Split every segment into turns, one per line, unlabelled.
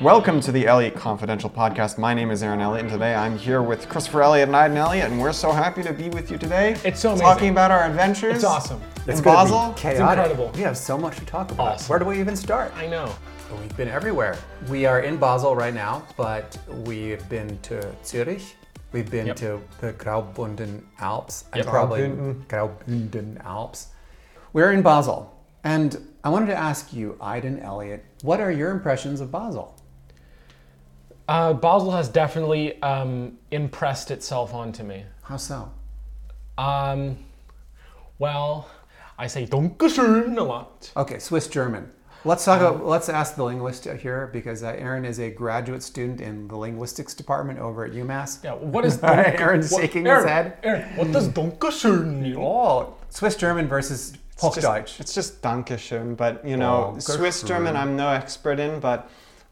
Welcome to the Elliott Confidential Podcast. My name is Aaron Elliott, and today I'm here with Christopher Elliott and Iden Elliott, and we're so happy to be with you today.
It's so amazing.
Talking about our adventures.
It's awesome.
In
gonna be
Basel.
chaotic.
incredible.
We have so much to talk about.
Awesome.
Where do we even start?
I know.
Well, We've been everywhere. We are in Basel right now, but we've been to Zurich. We've been
Yep.
to the Graubünden Alps. I
Yep.
probably Graubünden Alps. We're in Basel, and I wanted to ask you, Iden Elliott, what are your impressions of Basel?
Uh, Basel has definitely um, impressed itself onto me.
How so?
Um, well, I say Dankeschön a lot.
Okay, Swiss German. Let's talk about, let's ask the linguist here because uh, Aaron is a graduate student in the linguistics department over at UMass.
Yeah, what is
Aaron's
what-
shaking
Aaron,
his head.
Aaron, what does Dankeschön mean?
Oh, Swiss German versus
It's just-
Hochdeutsch.
It's just Dankeschön, but you know,
Dankeschön.
Swiss German I'm no expert in, but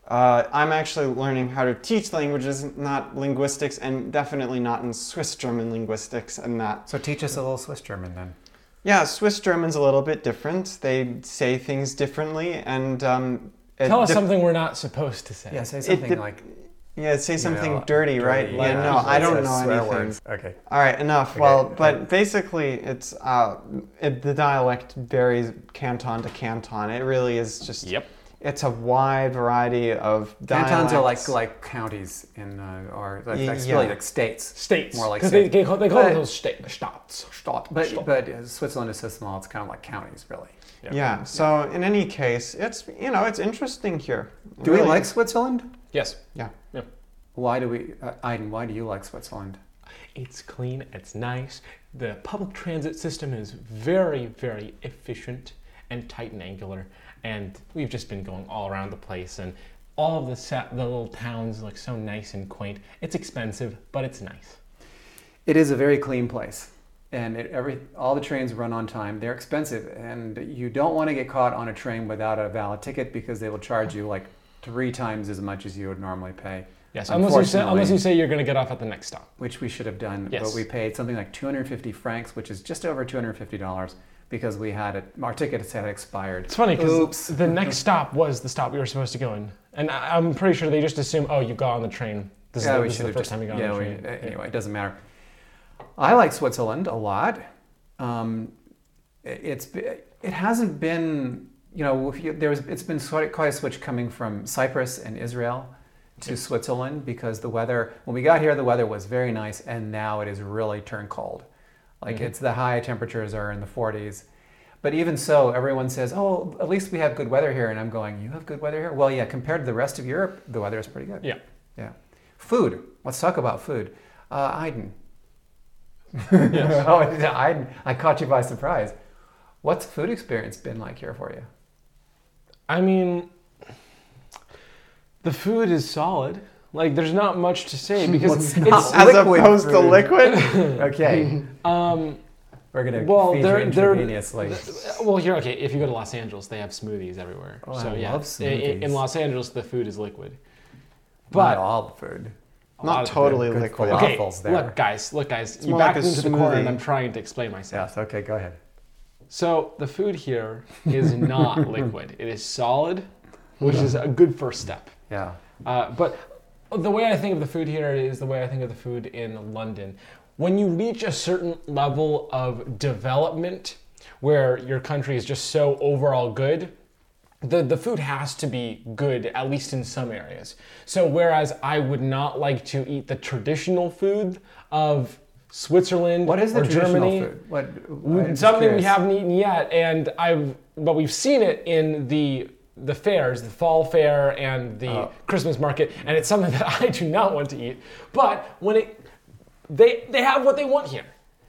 uh, I'm actually learning how to teach languages, not linguistics, and definitely not in Swiss German linguistics and that.
So teach us a little Swiss German then.
Yeah, Swiss German's a little bit different. They say things differently, and um, it
Tell us
dif-
something we're not supposed to say.
Yeah, say
it
something
dep-
like you
Yeah, say something
know,
dirty, right?
dirty.
Yeah, no, I
it's a
don't know
swear
anything.
word. Okay.
All right, enough. Well,
okay.
but basically, it's uh, it, the dialect varies canton to canton. It really is just.
Yep.
It's a wide variety of dialects.
Cantons are like like counties in uh, or like,
Y-
that's
yeah.
really like states.
States.
More like
Because they,
states.
they call, they call
But-
those sta- Staats.
Stadt. But
Stadt.
but uh, Switzerland is so small, it's kind of like counties really.
Yeah. So in any case, it's you know it's interesting here. It
Do we
really
like
is.
Switzerland?
Yes.
Yeah.
Yeah.
Why do we, uh, Aiden? Why do you like Switzerland?
It's clean, it's nice. The public transit system is very, very efficient and tight and angular. And we've just been going all around the place, and all of the, sa- the little towns look so nice and quaint. It's expensive, but it's nice.
It is a very clean place, and it, every all the trains run on time. They're expensive, and you don't want to get caught on a train without a valid ticket because they will charge you like three times as much as you would normally pay.
Yes, unless you, say,
Unfortunately.
unless you say you're going to get off at the next stop.
which we should have done,
Yes.
but we paid something like 250 francs, which is just over 250 dollars, because we had it. Our tickets had expired.
It's funny because
Oops.
the next stop was the stop we were supposed to go in. And I- I'm pretty sure they just assume, oh, you got on the train. This
Yeah,
is, the,
we
this is
should
the
have
first
just.
time you got
yeah,
on
we, uh,
the train.
anyway, it doesn't matter. I like Switzerland a lot. Um, it- it's it hasn't been you know if you, there was it's been sort of quite a switch coming from Cyprus and Israel to Switzerland because the weather when we got here the weather was very nice and now it has really turned cold. Like
Mm-hmm.
it's the high temperatures are in the 40s. But even so, everyone says, "Oh, at least we have good weather here." And I'm going, "You have good weather here?" Well, yeah, compared to the rest of Europe, the weather is pretty good.
Yeah.
Yeah. Food. Let's talk about food. Uh, Iden.
Yes.
oh, yeah, Iden. I caught you by surprise. What's food experience been like here for you?
I mean, the food is solid. Like, there's not much to say because it's.
not-
as
Liquid
opposed to
food.
liquid?
Okay.
Um,
We're going to
Mm. Well,
feed
they're-
you
they're-
inconveniently.
well, here, okay, if you go to Los Angeles, they have smoothies everywhere.
Oh,
so,
I
yeah.
love
i- i- In,
smoothies.
Los Angeles, the food is liquid.
Not
But.
all food.
A lot
Not
of it,
totally
good
liquid.
for
Okay,
waffles there.
look, guys, look, guys. you
more like
backed
a
me into the corner, and
smoothie.
I'm trying to explain myself.
Yes. Okay, go ahead.
So the food here is not liquid. It is solid, which is a good first step.
Yeah.
Uh, but the way I think of the food here is the way I think of the food in London. When you reach a certain level of development where your country is just so overall good, the, the food has to be good, at least in some areas. So, whereas I would not like to eat the traditional food of Switzerland
What is the
or
traditional
Germany,
food? What, I'm
we-
just
something we
curious.
haven't eaten yet, and I've but we've seen it in the the fairs, the fall fair and the
Oh.
Christmas market, and it's something that I do not want to eat. But when it they they have what they want here.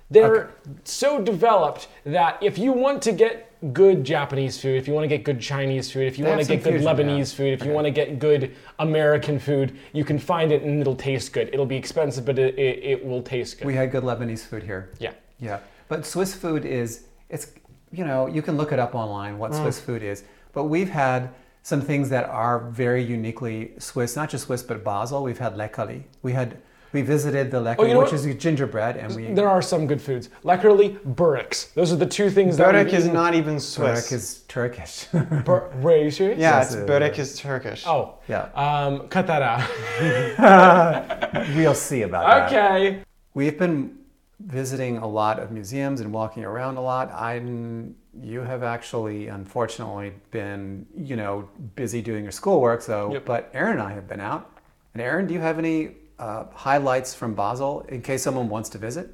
They're so developed that if you want to get good Japanese food, if you want to get good Chinese food, if you
They
want to
have some
get good
fusion,
Lebanese
yeah.
food, if you want to get good American food, you can find it and it'll taste good. It'll be expensive, but it, it, it will taste good.
We had good Lebanese food here.
yeah.
Yeah, but Swiss food is it's you know you can look it up online what
Mm.
Swiss food is, but we've had some things that are very uniquely Swiss, not just Swiss but Basel. We've had lecali, we had We visited the Lekker,
Oh, you know
which
what?
is gingerbread, and we
There are some good foods. Leckerli, Burricks. Those are the two things that
Börek
we've
is
eaten.
not even
Turek
Swiss.
is Turkish.
Bur- wait, are you serious?
yeah,
Yes,
it's
uh,
Börek is Turkish.
Oh.
yeah,
Um, cut that out.
we'll see about that.
okay.
We've been visiting a lot of museums and walking around a lot. I, you have actually, unfortunately, been you know busy doing your schoolwork. So,
Yep.
but Aaron and I have been out. And Aaron, do you have any uh, highlights from Basel in case someone wants to visit?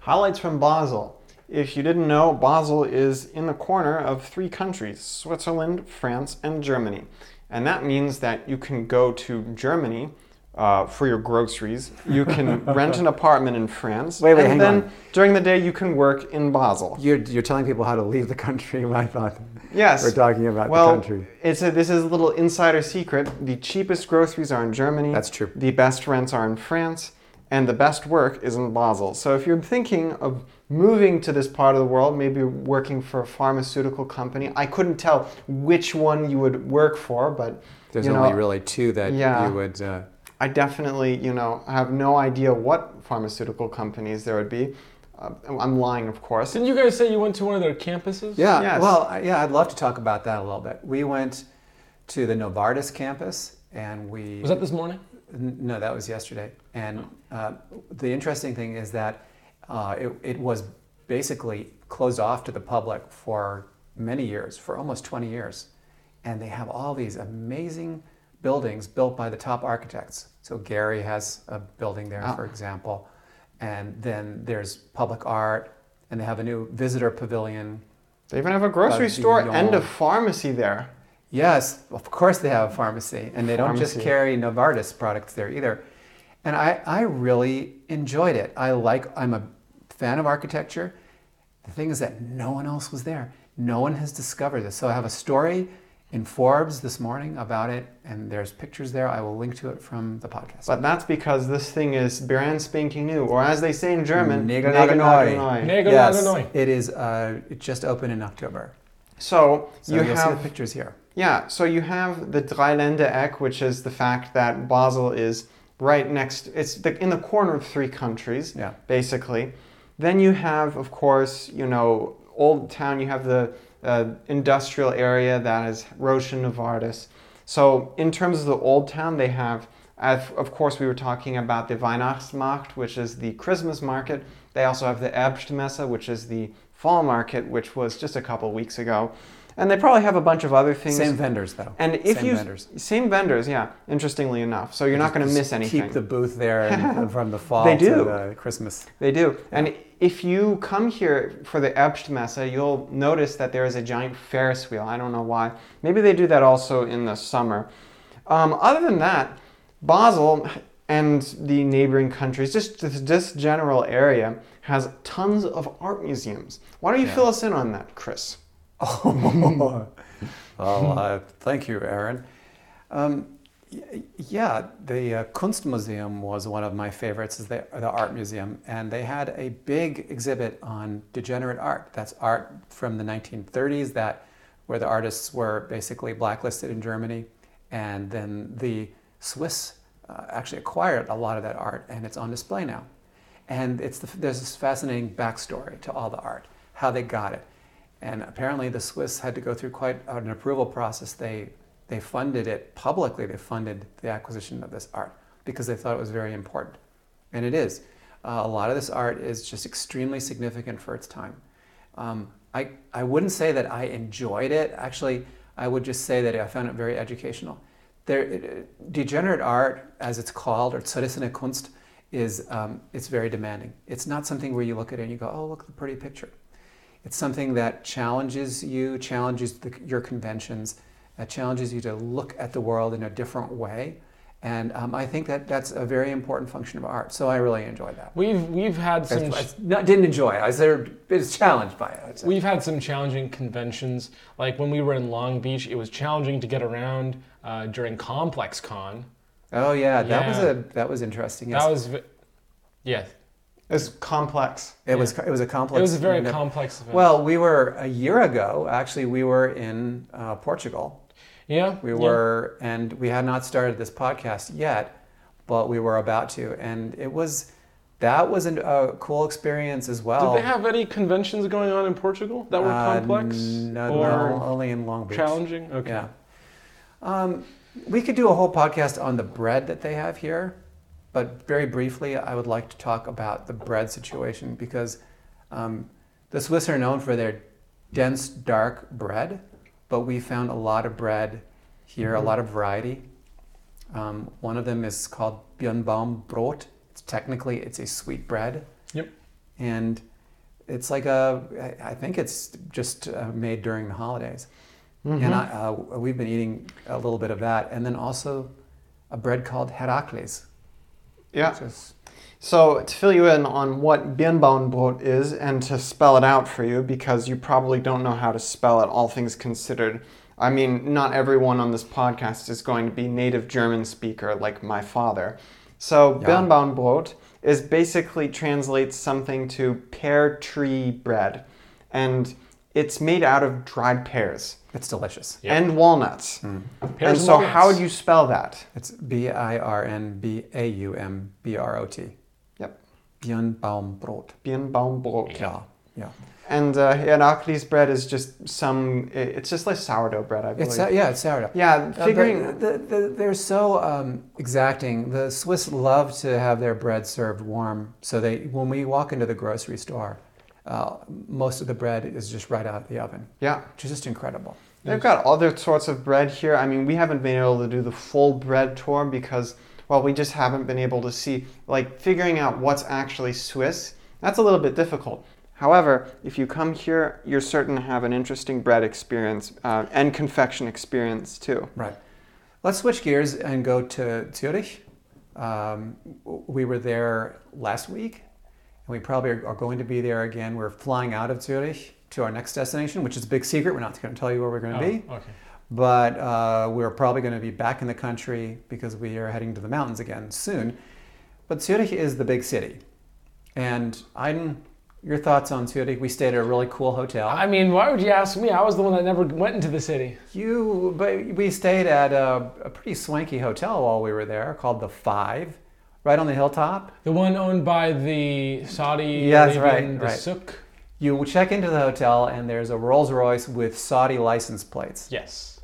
Highlights from Basel. If you didn't know, Basel is in the corner of three countries Switzerland, France, and Germany. And that means that you can go to Germany uh, for your groceries, you can rent an apartment in France,
Wait, wait,
and
hang
then
on.
during the day you can work in Basel.
You're you're telling people how to leave the country. I thought
Yes.
we're talking about
well,
the country.
It's a, this is a little insider secret. The cheapest groceries are in Germany.
That's true.
The best rents are in France. And the best work is in Basel. So if you're thinking of moving to this part of the world, maybe working for a pharmaceutical company, I couldn't tell which one you would work for, but
There's
you know,
only really two that
yeah.
you would. Uh,
I definitely, you know, have no idea what pharmaceutical companies there would be. Uh, I'm lying, of course.
Didn't you guys say you went to one of their campuses?
Yeah.
Yes.
Well, I- yeah, I'd love to talk about that a little bit. We went to the Novartis campus, and we
Was that this morning?
N- No, that was yesterday. And uh, the interesting thing is that uh, it, it was basically closed off to the public for many years, for almost 20 years. And they have all these amazing buildings built by the top architects. So Gary has a building there, for example. And then there's public art, and they have a new visitor pavilion.
They even have a grocery store and a
Pavilion.
pharmacy there.
Yes, of course they have a pharmacy, and they don't just
Pharmacy.
carry Novartis products there either. And I, I really enjoyed it. I like, I'm a fan of architecture. The thing is that no one else was there. No one has discovered this. So I have a story in Forbes this morning about it, and there's pictures there. I will link to it from the podcast.
But that's because this thing is brand spanking new, or as they say in German,
Nigger
nagel
nagel
nagel
neu.
neu.
Neg- There you go, Illinois.
it is. Uh, it just opened in October.
So
So
you
you will see the
have
pictures here.
yeah, so you have the Dreiländereck, which is the fact that Basel is right next. It's the, in the corner of three countries,
Yeah.
basically. Then you have, of course, you know, Old Town. You have the uh, industrial area that is Roche and Novartis. So in terms of the Old Town, they have, as- of course, we were talking about the Weihnachtsmarkt, which is the Christmas market. They also have the Erbstmesse, which is the fall market, which was just a couple weeks ago. And they probably have a bunch of other things.
Same vendors though.
and if
same
you
vendors.
same vendors, yeah. Interestingly enough, so you're not going to
Just
miss anything.
Keep the booth there and- from the fall
They
to
do.
the Christmas.
They do. And if you come here for the Erbstmesse, you'll notice that there is a giant Ferris wheel. I don't know why. Maybe they do that also in the summer. Um, other than that, Basel and the neighboring countries, just this, this general area, has tons of art museums. Why don't you
Yeah.
fill us in on that, Chris?
Oh, well, uh, thank you, Aaron. Um, y- yeah, the uh, Kunstmuseum was one of my favorites, is the, the art museum, and they had a big exhibit on degenerate art. That's art from the 1930s that where the artists were basically blacklisted in Germany, and then the Swiss uh, actually acquired a lot of that art, and it's on display now. And it's the, there's this fascinating backstory to all the art, how they got it. And apparently, the Swiss had to go through quite an approval process. They they funded it publicly. They funded the acquisition of this art because they thought it was very important, and it is. Uh, a lot of this art is just extremely significant for its time. Um, I I wouldn't say that I enjoyed it. Actually, I would just say that I found it very educational. There, it- it- degenerate art, as it's called, or zerrissene Kunst, is um, it's very demanding. It's not something where you look at it and you go, "Oh, look at the pretty picture." It's something that challenges you, challenges the, your conventions, uh, challenges you to look at the world in a different way. And um, I think that that's a very important function of art. So I really enjoy that.
We've we've had some
I not, didn't enjoy it. I said I was challenged by it. I'd say.
We've had some challenging conventions. Like when we were in Long Beach, it was challenging to get around uh, during Complex Con.
Oh yeah, that was
Yeah.
a that was interesting. Yes.
That was, v- yeah,
It's complex.
it was it was a complex.
it was a very
no-
complex event.
Well, we were a year ago. Actually, we were in uh, Portugal.
yeah,
We
yeah.
were, and we had not started this podcast yet, but we were about to, and it was that was an, a cool experience as well.
Did they have any conventions going on in Portugal that were
Uh,
complex
No,
or
no, only in Long Beach.
challenging? Okay.
Yeah. Um, we could do a whole podcast on the bread that they have here, but very briefly, I would like to talk about the bread situation because um, the Swiss are known for their dense, dark bread, but we found a lot of bread here,
Mm-hmm.
a lot of variety. Um, one of them is called Birnbaumbrot. It's technically it's a sweet bread
Yep.
and it's like a I I think it's just uh, made during the holidays, and I, uh, we've been eating a little bit of that, and then also a bread called Heracles.
Yeah.
which is-
So to fill you in on what Birnbaumbrot is and to spell it out for you, because you probably don't know how to spell it, all things considered. I mean, not everyone on this podcast is going to be native German speaker like my father. So
Yeah.
Birnbaumbrot is basically translates something to pear tree bread, and it's made out of dried pears
it's delicious.
Yep. Mm.
and walnuts.
Pears
and
and
so, how
walnuts.
would you spell that?
It's B I R N B A U M B R O T.
Yep,
Birnbaumbrot.
Birnbaumbrot.
Yeah, yeah.
And uh, Heracles bread is just some. i- It's just like sourdough bread, I believe.
It's uh, yeah, it's sourdough.
yeah,
Uh,
figuring.
the, the, the, they're so um, exacting. The Swiss love to have their bread served warm. So they, when we walk into the grocery store, uh, most of the bread is just right out of the oven,
yeah,
which is just incredible.
they've got other sorts of bread here. I mean, we haven't been able to do the full bread tour because, well, we just haven't been able to see like figuring out what's actually Swiss. That's a little bit difficult. However, if you come here, you're certain to have an interesting bread experience uh, and confection experience too.
Right. Let's switch gears and go to Zurich. Um, w- we were there last week, and we probably are are going to be there again. We're flying out of Zurich to our next destination, which is a big secret. We're not going to tell you where we're going
Oh,
to be.
okay.
but uh, we're probably going to be back in the country because we are heading to the mountains again soon. But Zurich is the big city, and Aiden, your thoughts on Zurich? We stayed at a really cool hotel.
I mean, why would you ask me? I was the one that never went into the city.
you, but we stayed at a, a pretty swanky hotel while we were there called the Five, right on the hilltop.
The one owned by the Saudi
Yeah, that's right,
Arabian, the
right.
Souk.
You check into the hotel, and there's a Rolls Royce with Saudi license plates.
Yes.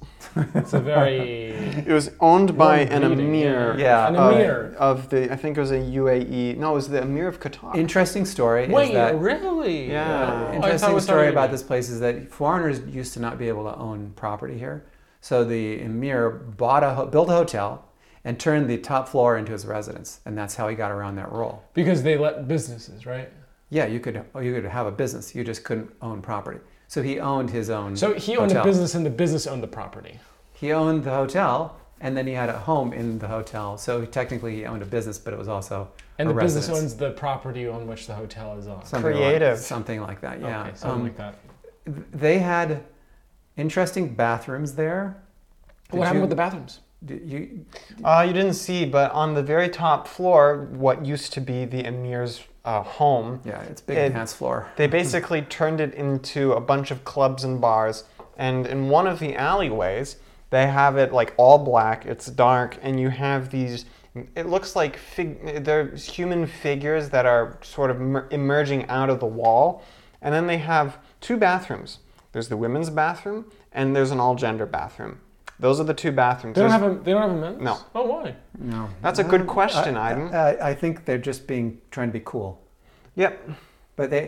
It's a very
It was owned by
Well,
an
reading,
emir.
yeah.
An
of-
emir.
of the I think it was a UAE. No, it was the emir of Qatar.
Interesting story. is
Wait,
that-
really?
Yeah.
Oh, I thought it
interesting
was
story
Saudi
about
Arabia.
this place is that foreigners used to not be able to own property here. So the emir bought a ho- built a hotel and turned the top floor into his residence, and that's how he got around that rule.
Because they let businesses, right?
Yeah, you could you could have a business, you just couldn't own property. So he owned his own.
So he owned
hotel.
a business and the business owned the property.
He owned the hotel, and then he had a home in the hotel. So technically, he owned a business, but it was also
And
a
the business
residence.
owns the property on which the hotel is on.
Something like-
Creative.
something like that. Yeah,
Okay, something
Um,
like that.
they had interesting bathrooms there. Did
What happened
you-
with the bathrooms?
Did you
Uh, you didn't see, but on the very top floor, what used to be the emir's uh, home,
Yeah, it's big
It-
enhanced floor.
Mm-hmm.
they basically turned it into a bunch of clubs and bars. And in one of the alleyways, they have it like all black. It's dark, and you have these. It looks like fig. There's human figures that are sort of mer- emerging out of the wall, and then they have two bathrooms. There's the women's bathroom, and there's an all-gender bathroom. Those are the two bathrooms.
They don't
There's-
have a they don't have a men's?
No.
Oh why?
No.
That's a good question,
I,
Iden.
I, I think they're just being trying to be cool.
yep.
But they,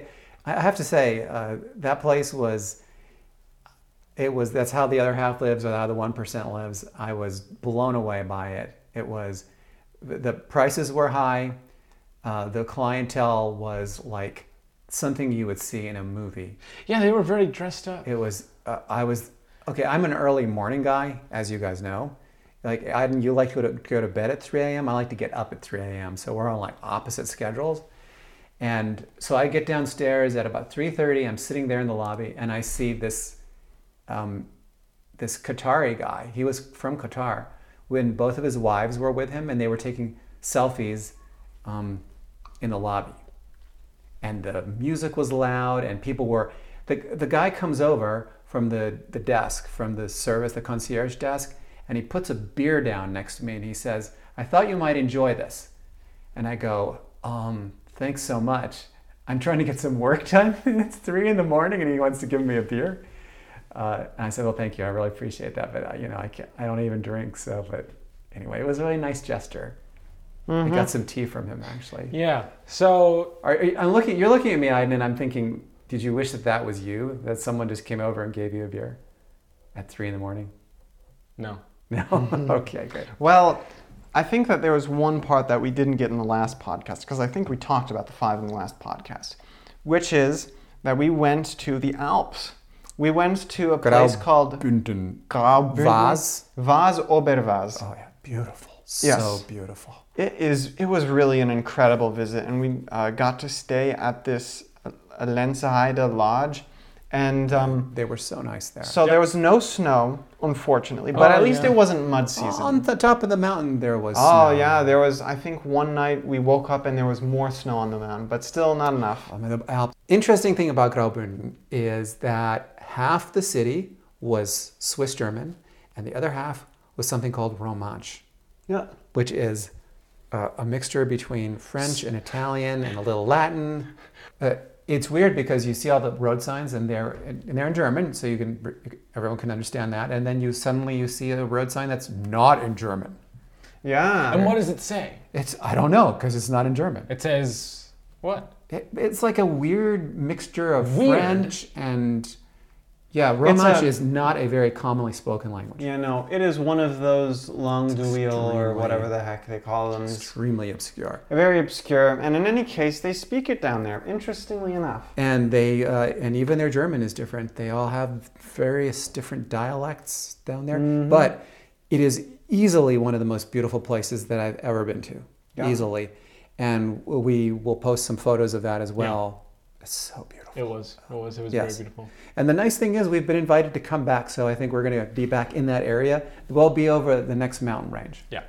I I have to say, uh, that place was. It was that's how the other half lives, or how the one percent lives. I was blown away by it. It was, the the prices were high, uh, the clientele was like something you would see in a movie.
Yeah, they were very dressed up.
It was. Uh, I was okay. I'm an early morning guy, as you guys know. Like I, you like to go, to go to bed at 3 a.m. I like to get up at 3 a.m. So we're on like opposite schedules. And so I get downstairs at about 3:30. I'm sitting there in the lobby, and I see this, um, this Qatari guy. He was from Qatar when both of his wives were with him, and they were taking selfies um, in the lobby and the music was loud and people were the, the guy comes over from the, the desk from the service the concierge desk and he puts a beer down next to me and he says I thought you might enjoy this. And I go, um, thanks so much. I'm trying to get some work done. and it's three in the morning and he wants to give me a beer. Uh, and I said, well, thank you. I really appreciate that. But, uh, you know, I, can't, I don't even drink. So, but anyway, it was a really nice gesture. I got some tea from him, actually.
Yeah. So
Are, are you- I'm looking, you're looking at me, Aiden, and I'm thinking, did you wish that that was you? That someone just came over and gave you a beer at three in the morning?
no.
No?
Mm-hmm.
okay, great.
Well, I think that there was one part that we didn't get in the last podcast because I think we talked about the five in the last podcast, which is that we went to the Alps. We went to a place called
Bünden.
Graubünden.
Vaz.
Vaz Obervaz.
Oh, yeah. Beautiful.
Yes.
So beautiful.
It is. It was really an incredible visit, and we uh, got to stay at this uh, Lenzerheide Lodge, and um,
They were so nice there.
so there was no snow, unfortunately, but
Oh,
at least
yeah.
it wasn't mud season.
On the top of the mountain, there was.
Oh
snow.
yeah, there was. I think one night we woke up and there was more snow on the mountain, but still not enough.
I mean, the Alps. Interesting thing about Graubünden is that half the city was Swiss German, and the other half was something called Romansch,
Yeah.
which is uh, a mixture between French and Italian and a little Latin. Uh, it's weird because you see all the road signs and they're and they're in German, so you can everyone can understand that. And then you suddenly you see a road sign that's not in German.
Yeah.
And what does it say?
It's I don't know because it's not in German.
It says what?
It, it's like a weird mixture of
Weird.
French and yeah, Romansh
a-
is not a very commonly spoken language.
yeah, no, it is one of those long duil or
extremely-
whatever the heck they call them.
Extremely obscure.
Very obscure, and in any case, they speak it down there. Interestingly enough.
And they uh, and even their German is different. They all have various different dialects down there,
Mm-hmm.
but it is easily one of the most beautiful places that I've ever been to.
Yeah.
Easily, and we will post some photos of that as well. It's so beautiful.
It was. It was. It was
Yes.
very beautiful.
And the nice thing is, we've been invited to come back, so I think we're going to be back in that area. We'll be over the next mountain range
Yeah.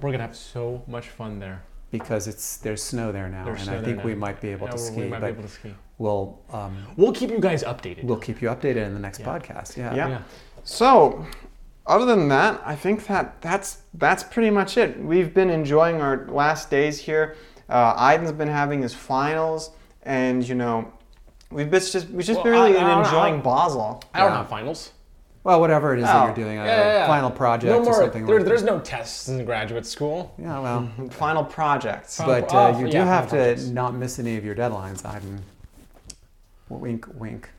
We're gonna have so much fun there.
because it's there's snow there now,
There's
and
snow
I
there
think we
now.
might be able
Yeah,
to
we-
ski.
We might
but
be able to ski.
we'll um,
We'll keep you guys updated.
we'll keep you updated in the next podcast. Yeah.
Yeah.
yeah.
So, other than that, I think that that's that's pretty much it. We've been enjoying our last days here. Uh, Aiden's been having his finals, and you know, we've been just we've just
Well,
been really
I- I don't know.
enjoying Basel.
I don't
Yeah.
have finals.
Well, whatever it is
Oh,
that you're doing, a final project
No
or
more.
something.
there,
like
there's no tests in graduate school.
Yeah. Well.
Final projects.
Hmm. Final
But
pro-
uh,
oh,
you do
yeah,
have to
final projects.
not miss any of your deadlines, Iden. Wink, wink.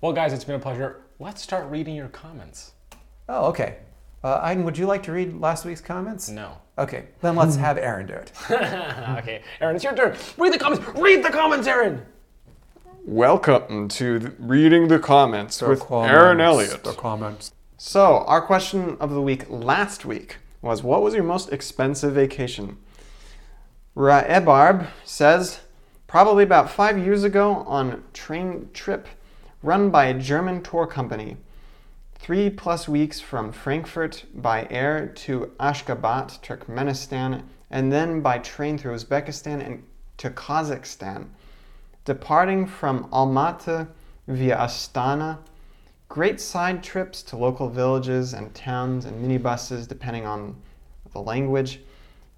Well, guys, it's been a pleasure. Let's start reading your comments.
Oh, okay. Uh, Iden, would you like to read last week's comments?
No.
Okay, then let's
Hmm.
have Aaron do it.
okay, Aaron, it's your turn. Read the comments. Read the comments, Aaron.
Welcome to th- reading the comments
The comments, The comments.
So, our question of the week last week was what was your most expensive vacation? Raebarb says, probably about five years ago on train trip run by a German tour company. Three plus weeks from Frankfurt by air to Ashgabat, Turkmenistan, and then by train through Uzbekistan and to Kazakhstan. Departing from Almaty via Astana, great side trips to local villages and towns and minibuses depending on the language.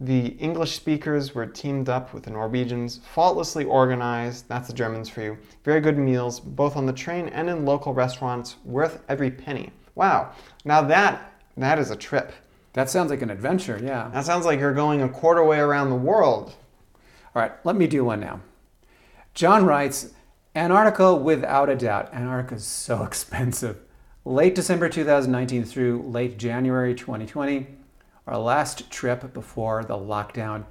The English speakers were teamed up with the Norwegians, faultlessly organized, that's the Germans for you. Very good meals, both on the train and in local restaurants, worth every penny. Wow. Now that that is a trip.
That sounds like an adventure, yeah.
That sounds like you're going a quarter way around the world.
All right, let me do one now. John writes Antarctica, without a doubt. Antarctica is so expensive. Late December 2019 through late January 2020, our last trip before the lockdown.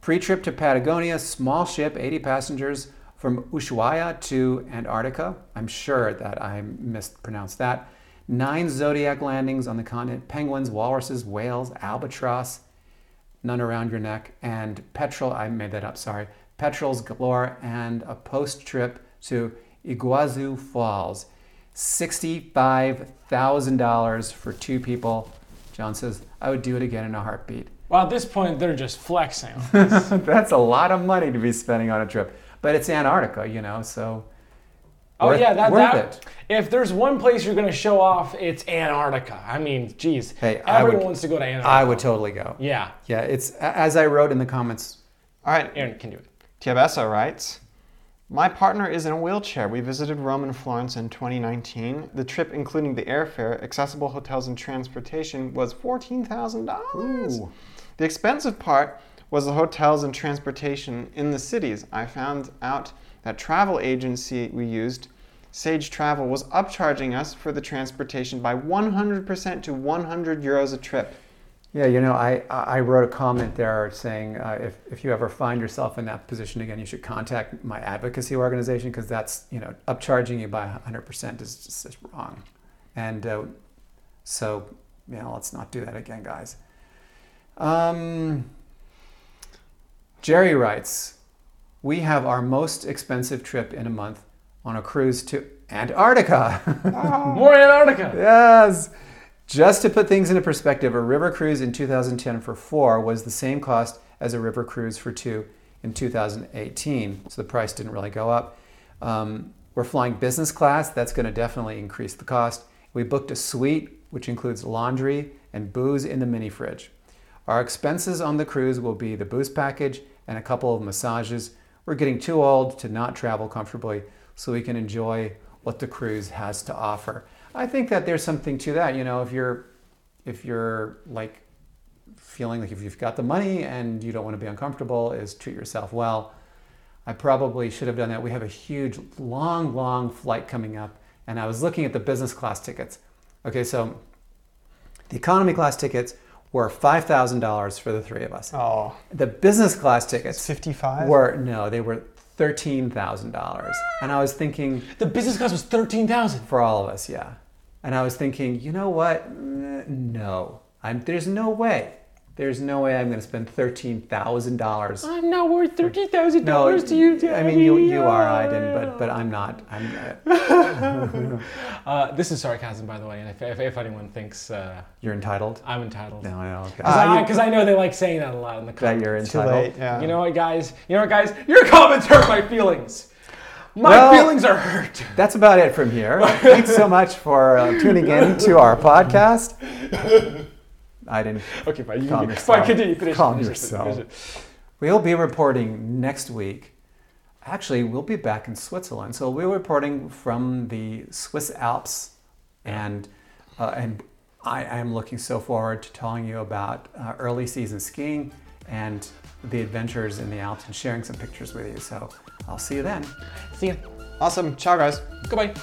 Pre trip to Patagonia, small ship, 80 passengers from Ushuaia to Antarctica. I'm sure that I mispronounced that. Nine zodiac landings on the continent penguins, walruses, whales, albatross none around your neck, and petrol, I made that up, sorry, petrol's galore, and a post trip to Iguazu Falls. $65,000 for two people. John says, I would do it again in a heartbeat.
Well, at this point, they're just flexing.
That's a lot of money to be spending on a trip, but it's Antarctica, you know, so.
Oh
worth-
yeah, that,
worth
that
it.
If there's one place you're going to show off, it's Antarctica. I mean, geez,
Hey, I
everyone
would-
wants to go to Antarctica.
I would totally go.
Yeah,
Yeah, it's a- as I wrote in the comments.
All right,
Aaron can do it.
Tiabessa writes, My partner is in a wheelchair. We visited Rome and Florence in 2019. The trip, including the airfare, accessible hotels, and transportation, was $14,000.
Ooh.
The expensive part was the hotels and transportation in the cities. I found out that travel agency we used, Sage Travel, was upcharging us for the transportation by 100% to 100 euros a trip.
Yeah, you know, I, I I wrote a comment there saying uh, if, if you ever find yourself in that position again, you should contact my advocacy organization because that's, you know, upcharging you by 100% is just is wrong. And uh, so, yeah, let's not do that again, guys. Um, Jerry writes We have our most expensive trip in a month on a cruise to Antarctica.
More Antarctica.
Yes. Just to put things into perspective, a river cruise in 2010 for four was the same cost as a river cruise for two in 2018. So the price didn't really go up. Um, we're flying business class. That's going to definitely increase the cost. We booked a suite, which includes laundry and booze in the mini fridge. Our expenses on the cruise will be the booze package and a couple of massages. We're getting too old to not travel comfortably, so we can enjoy what the cruise has to offer. I think that there's something to that. You know, if you're if you're like feeling like if you've got the money and you don't want to be uncomfortable, is treat yourself well. I probably should have done that. We have a huge, long, long flight coming up, and I was looking at the business class tickets. Okay, so the economy class tickets were five thousand dollars for the three of us.
Oh,
The business class tickets
55?
were no, they were thirteen thousand dollars, and I was thinking
The business class was thirteen thousand.
for all of us, yeah. And I was thinking, you know what? Eh, No, I'm. There's no way. There's no way I'm going to spend thirteen thousand dollars.
I'm not worth thirteen thousand
No,
dollars to you.
I mean you you are. I didn't, but but I'm not. I'm. uh,
Uh, this is sarcasm, by the way. And if, if, if anyone thinks uh,
You're entitled.
I'm entitled,
No, no. Okay.
Uh, you-
because I, know they like saying that a lot in the
that uh,
comments.
you're
Too
entitled.
late. Yeah.
You know what, guys? You know what, guys? Your comments hurt my feelings. My
Well-
feelings are hurt.
That's about it from here. Thanks so much for uh, tuning in to our podcast. I didn't.
Okay, fine. You
Calm
can get,
yourself.
fine, continue. Finish, it,
Calm
finish, it, finish
yourself.
it.
We'll be reporting next week. Actually, we'll be back in Switzerland, so we're reporting from the Swiss Alps, and uh, and I I am looking so forward to telling you about uh, early season skiing and the adventures in the Alps and sharing some pictures with you. So I'll see you then.
See ya.
Awesome. Ciao, guys.
Goodbye.